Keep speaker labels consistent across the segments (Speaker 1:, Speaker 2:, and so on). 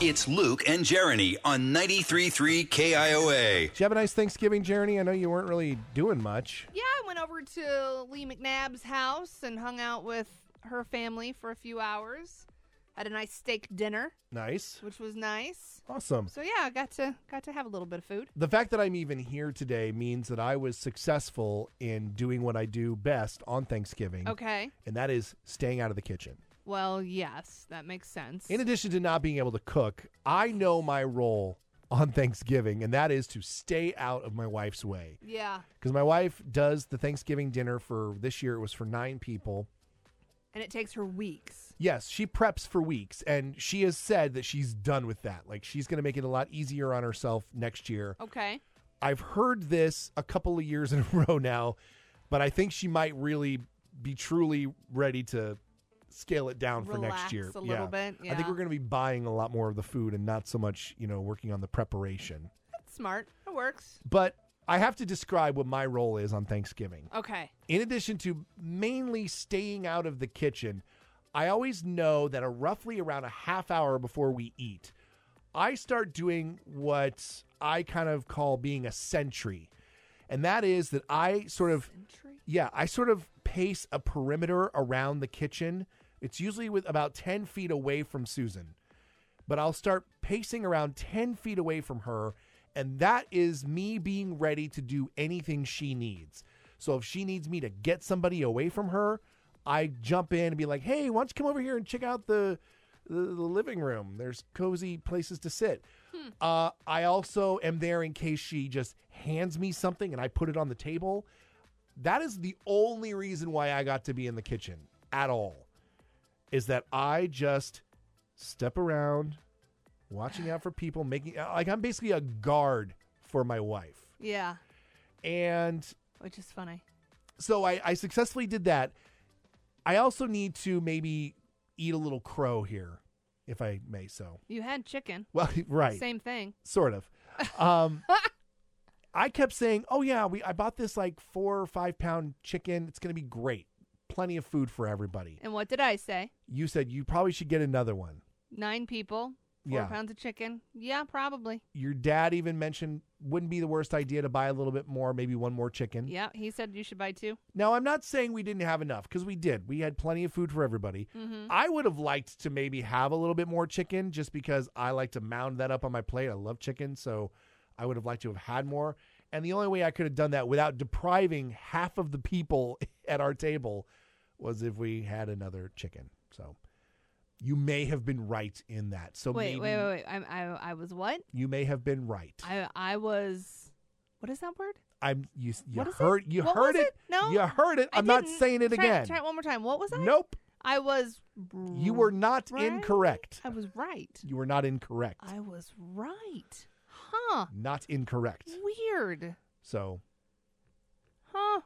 Speaker 1: It's Luke and Jeremy on 93.3 KIOA.
Speaker 2: Did you have a nice Thanksgiving, Jeremy? I know you weren't really doing much.
Speaker 3: Yeah, I went over to Lee McNabb's house and hung out with her family for a few hours. Had a nice steak dinner,
Speaker 2: Nice.
Speaker 3: which was nice.
Speaker 2: Awesome.
Speaker 3: So yeah, I got to got to have a little bit of food.
Speaker 2: The fact that I'm even here today means that I was successful in doing what I do best on Thanksgiving,
Speaker 3: Okay.
Speaker 2: and that is staying out of the kitchen.
Speaker 3: Well, yes, that makes sense.
Speaker 2: In addition to not being able to cook, I know my role on Thanksgiving, and that is to stay out of my wife's way.
Speaker 3: yeah.
Speaker 2: Because my wife does the Thanksgiving dinner for this year, it was for nine people.
Speaker 3: And it takes her weeks.
Speaker 2: Yes, she preps for weeks, and she has said that she's done with that. Like, she's going to make it a lot easier on herself next year.
Speaker 3: Okay.
Speaker 2: I've heard this a couple of years in a row now, but I think she might really be truly ready to scale it down for
Speaker 3: Relax
Speaker 2: next year.
Speaker 3: a little bit,
Speaker 2: I think
Speaker 3: yeah.
Speaker 2: we're going to be buying a lot more of the food and not so much, you know, working on the preparation.
Speaker 3: That's smart. It works.
Speaker 2: But I have to describe what my role is on Thanksgiving.
Speaker 3: Okay.
Speaker 2: In addition to mainly staying out of the kitchen, I always know that a roughly around a half hour before we eat, I start doing what I kind of call being a sentry. And that is that I sort of
Speaker 3: Entry.
Speaker 2: yeah, I sort of pace a perimeter around the kitchen. It's usually with about 10 feet away from Susan, but I'll start pacing around 10 feet away from her. And that is me being ready to do anything she needs. So if she needs me to get somebody away from her, I jump in and be like, hey, why don't you come over here and check out the, the, the living room? There's cozy places to sit. Uh, I also am there in case she just hands me something and I put it on the table. That is the only reason why I got to be in the kitchen at all. Is that I just step around, watching out for people, making like I'm basically a guard for my wife.
Speaker 3: Yeah.
Speaker 2: And
Speaker 3: Which is funny.
Speaker 2: so I, I successfully did that. I also need to maybe eat a little crow here, if I may so.
Speaker 3: You had chicken.
Speaker 2: Well, right
Speaker 3: Same thing.
Speaker 2: sort of. Um, I kept saying, "Oh yeah, we I bought this like four or five pound chicken. It's gonna be great. Plenty of food for everybody."
Speaker 3: And what did I say?
Speaker 2: You said you probably should get another one.
Speaker 3: Nine people. Four
Speaker 2: Yeah.
Speaker 3: pounds of chicken. Yeah, probably.
Speaker 2: Your dad even mentioned wouldn't be the worst idea to buy a little bit more, maybe one more chicken.
Speaker 3: Yeah, he said you should buy two.
Speaker 2: Now I'm not saying we didn't have enough because we did. We had plenty of food for everybody.
Speaker 3: Mm-hmm.
Speaker 2: I would have liked to maybe have a little bit more chicken just because I like to mound that up on my plate. I love chicken, so I would have liked to have had more. And the only way I could have done that without depriving half of the people at our table was if we had another chicken. So you may have been right in that. So
Speaker 3: Wait,
Speaker 2: maybe
Speaker 3: wait, wait, wait. I, I, I was what?
Speaker 2: you may have been right.
Speaker 3: I, I was. What is that word?
Speaker 2: I'm you. You
Speaker 3: What is
Speaker 2: heard
Speaker 3: it?
Speaker 2: you
Speaker 3: What
Speaker 2: heard
Speaker 3: was it? No,
Speaker 2: you heard it.
Speaker 3: I
Speaker 2: I'm not
Speaker 3: didn't.
Speaker 2: saying it
Speaker 3: Try-
Speaker 2: again.
Speaker 3: Try it one more time. What was I?
Speaker 2: Nope.
Speaker 3: I was.
Speaker 2: You were not
Speaker 3: Right?
Speaker 2: incorrect.
Speaker 3: I was right.
Speaker 2: You were not incorrect.
Speaker 3: I was right. Huh?
Speaker 2: Not incorrect.
Speaker 3: Weird.
Speaker 2: So
Speaker 3: Huh?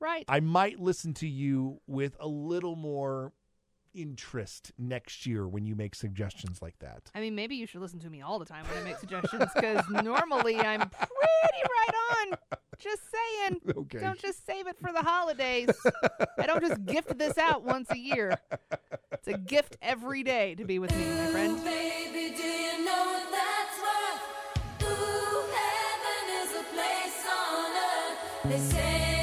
Speaker 3: Right.
Speaker 2: I might listen to you with a little more interest next year when you make suggestions like that.
Speaker 3: I mean, maybe you should listen to me all the time when I make suggestions because normally I'm pretty right on. Just saying.
Speaker 2: Okay.
Speaker 3: Don't just save it for the holidays. I don't just gift this out once a year. It's a gift every day to be with me, my friend.
Speaker 4: Baby, do you know what that's worth? Ooh, heaven is a place on earth. They say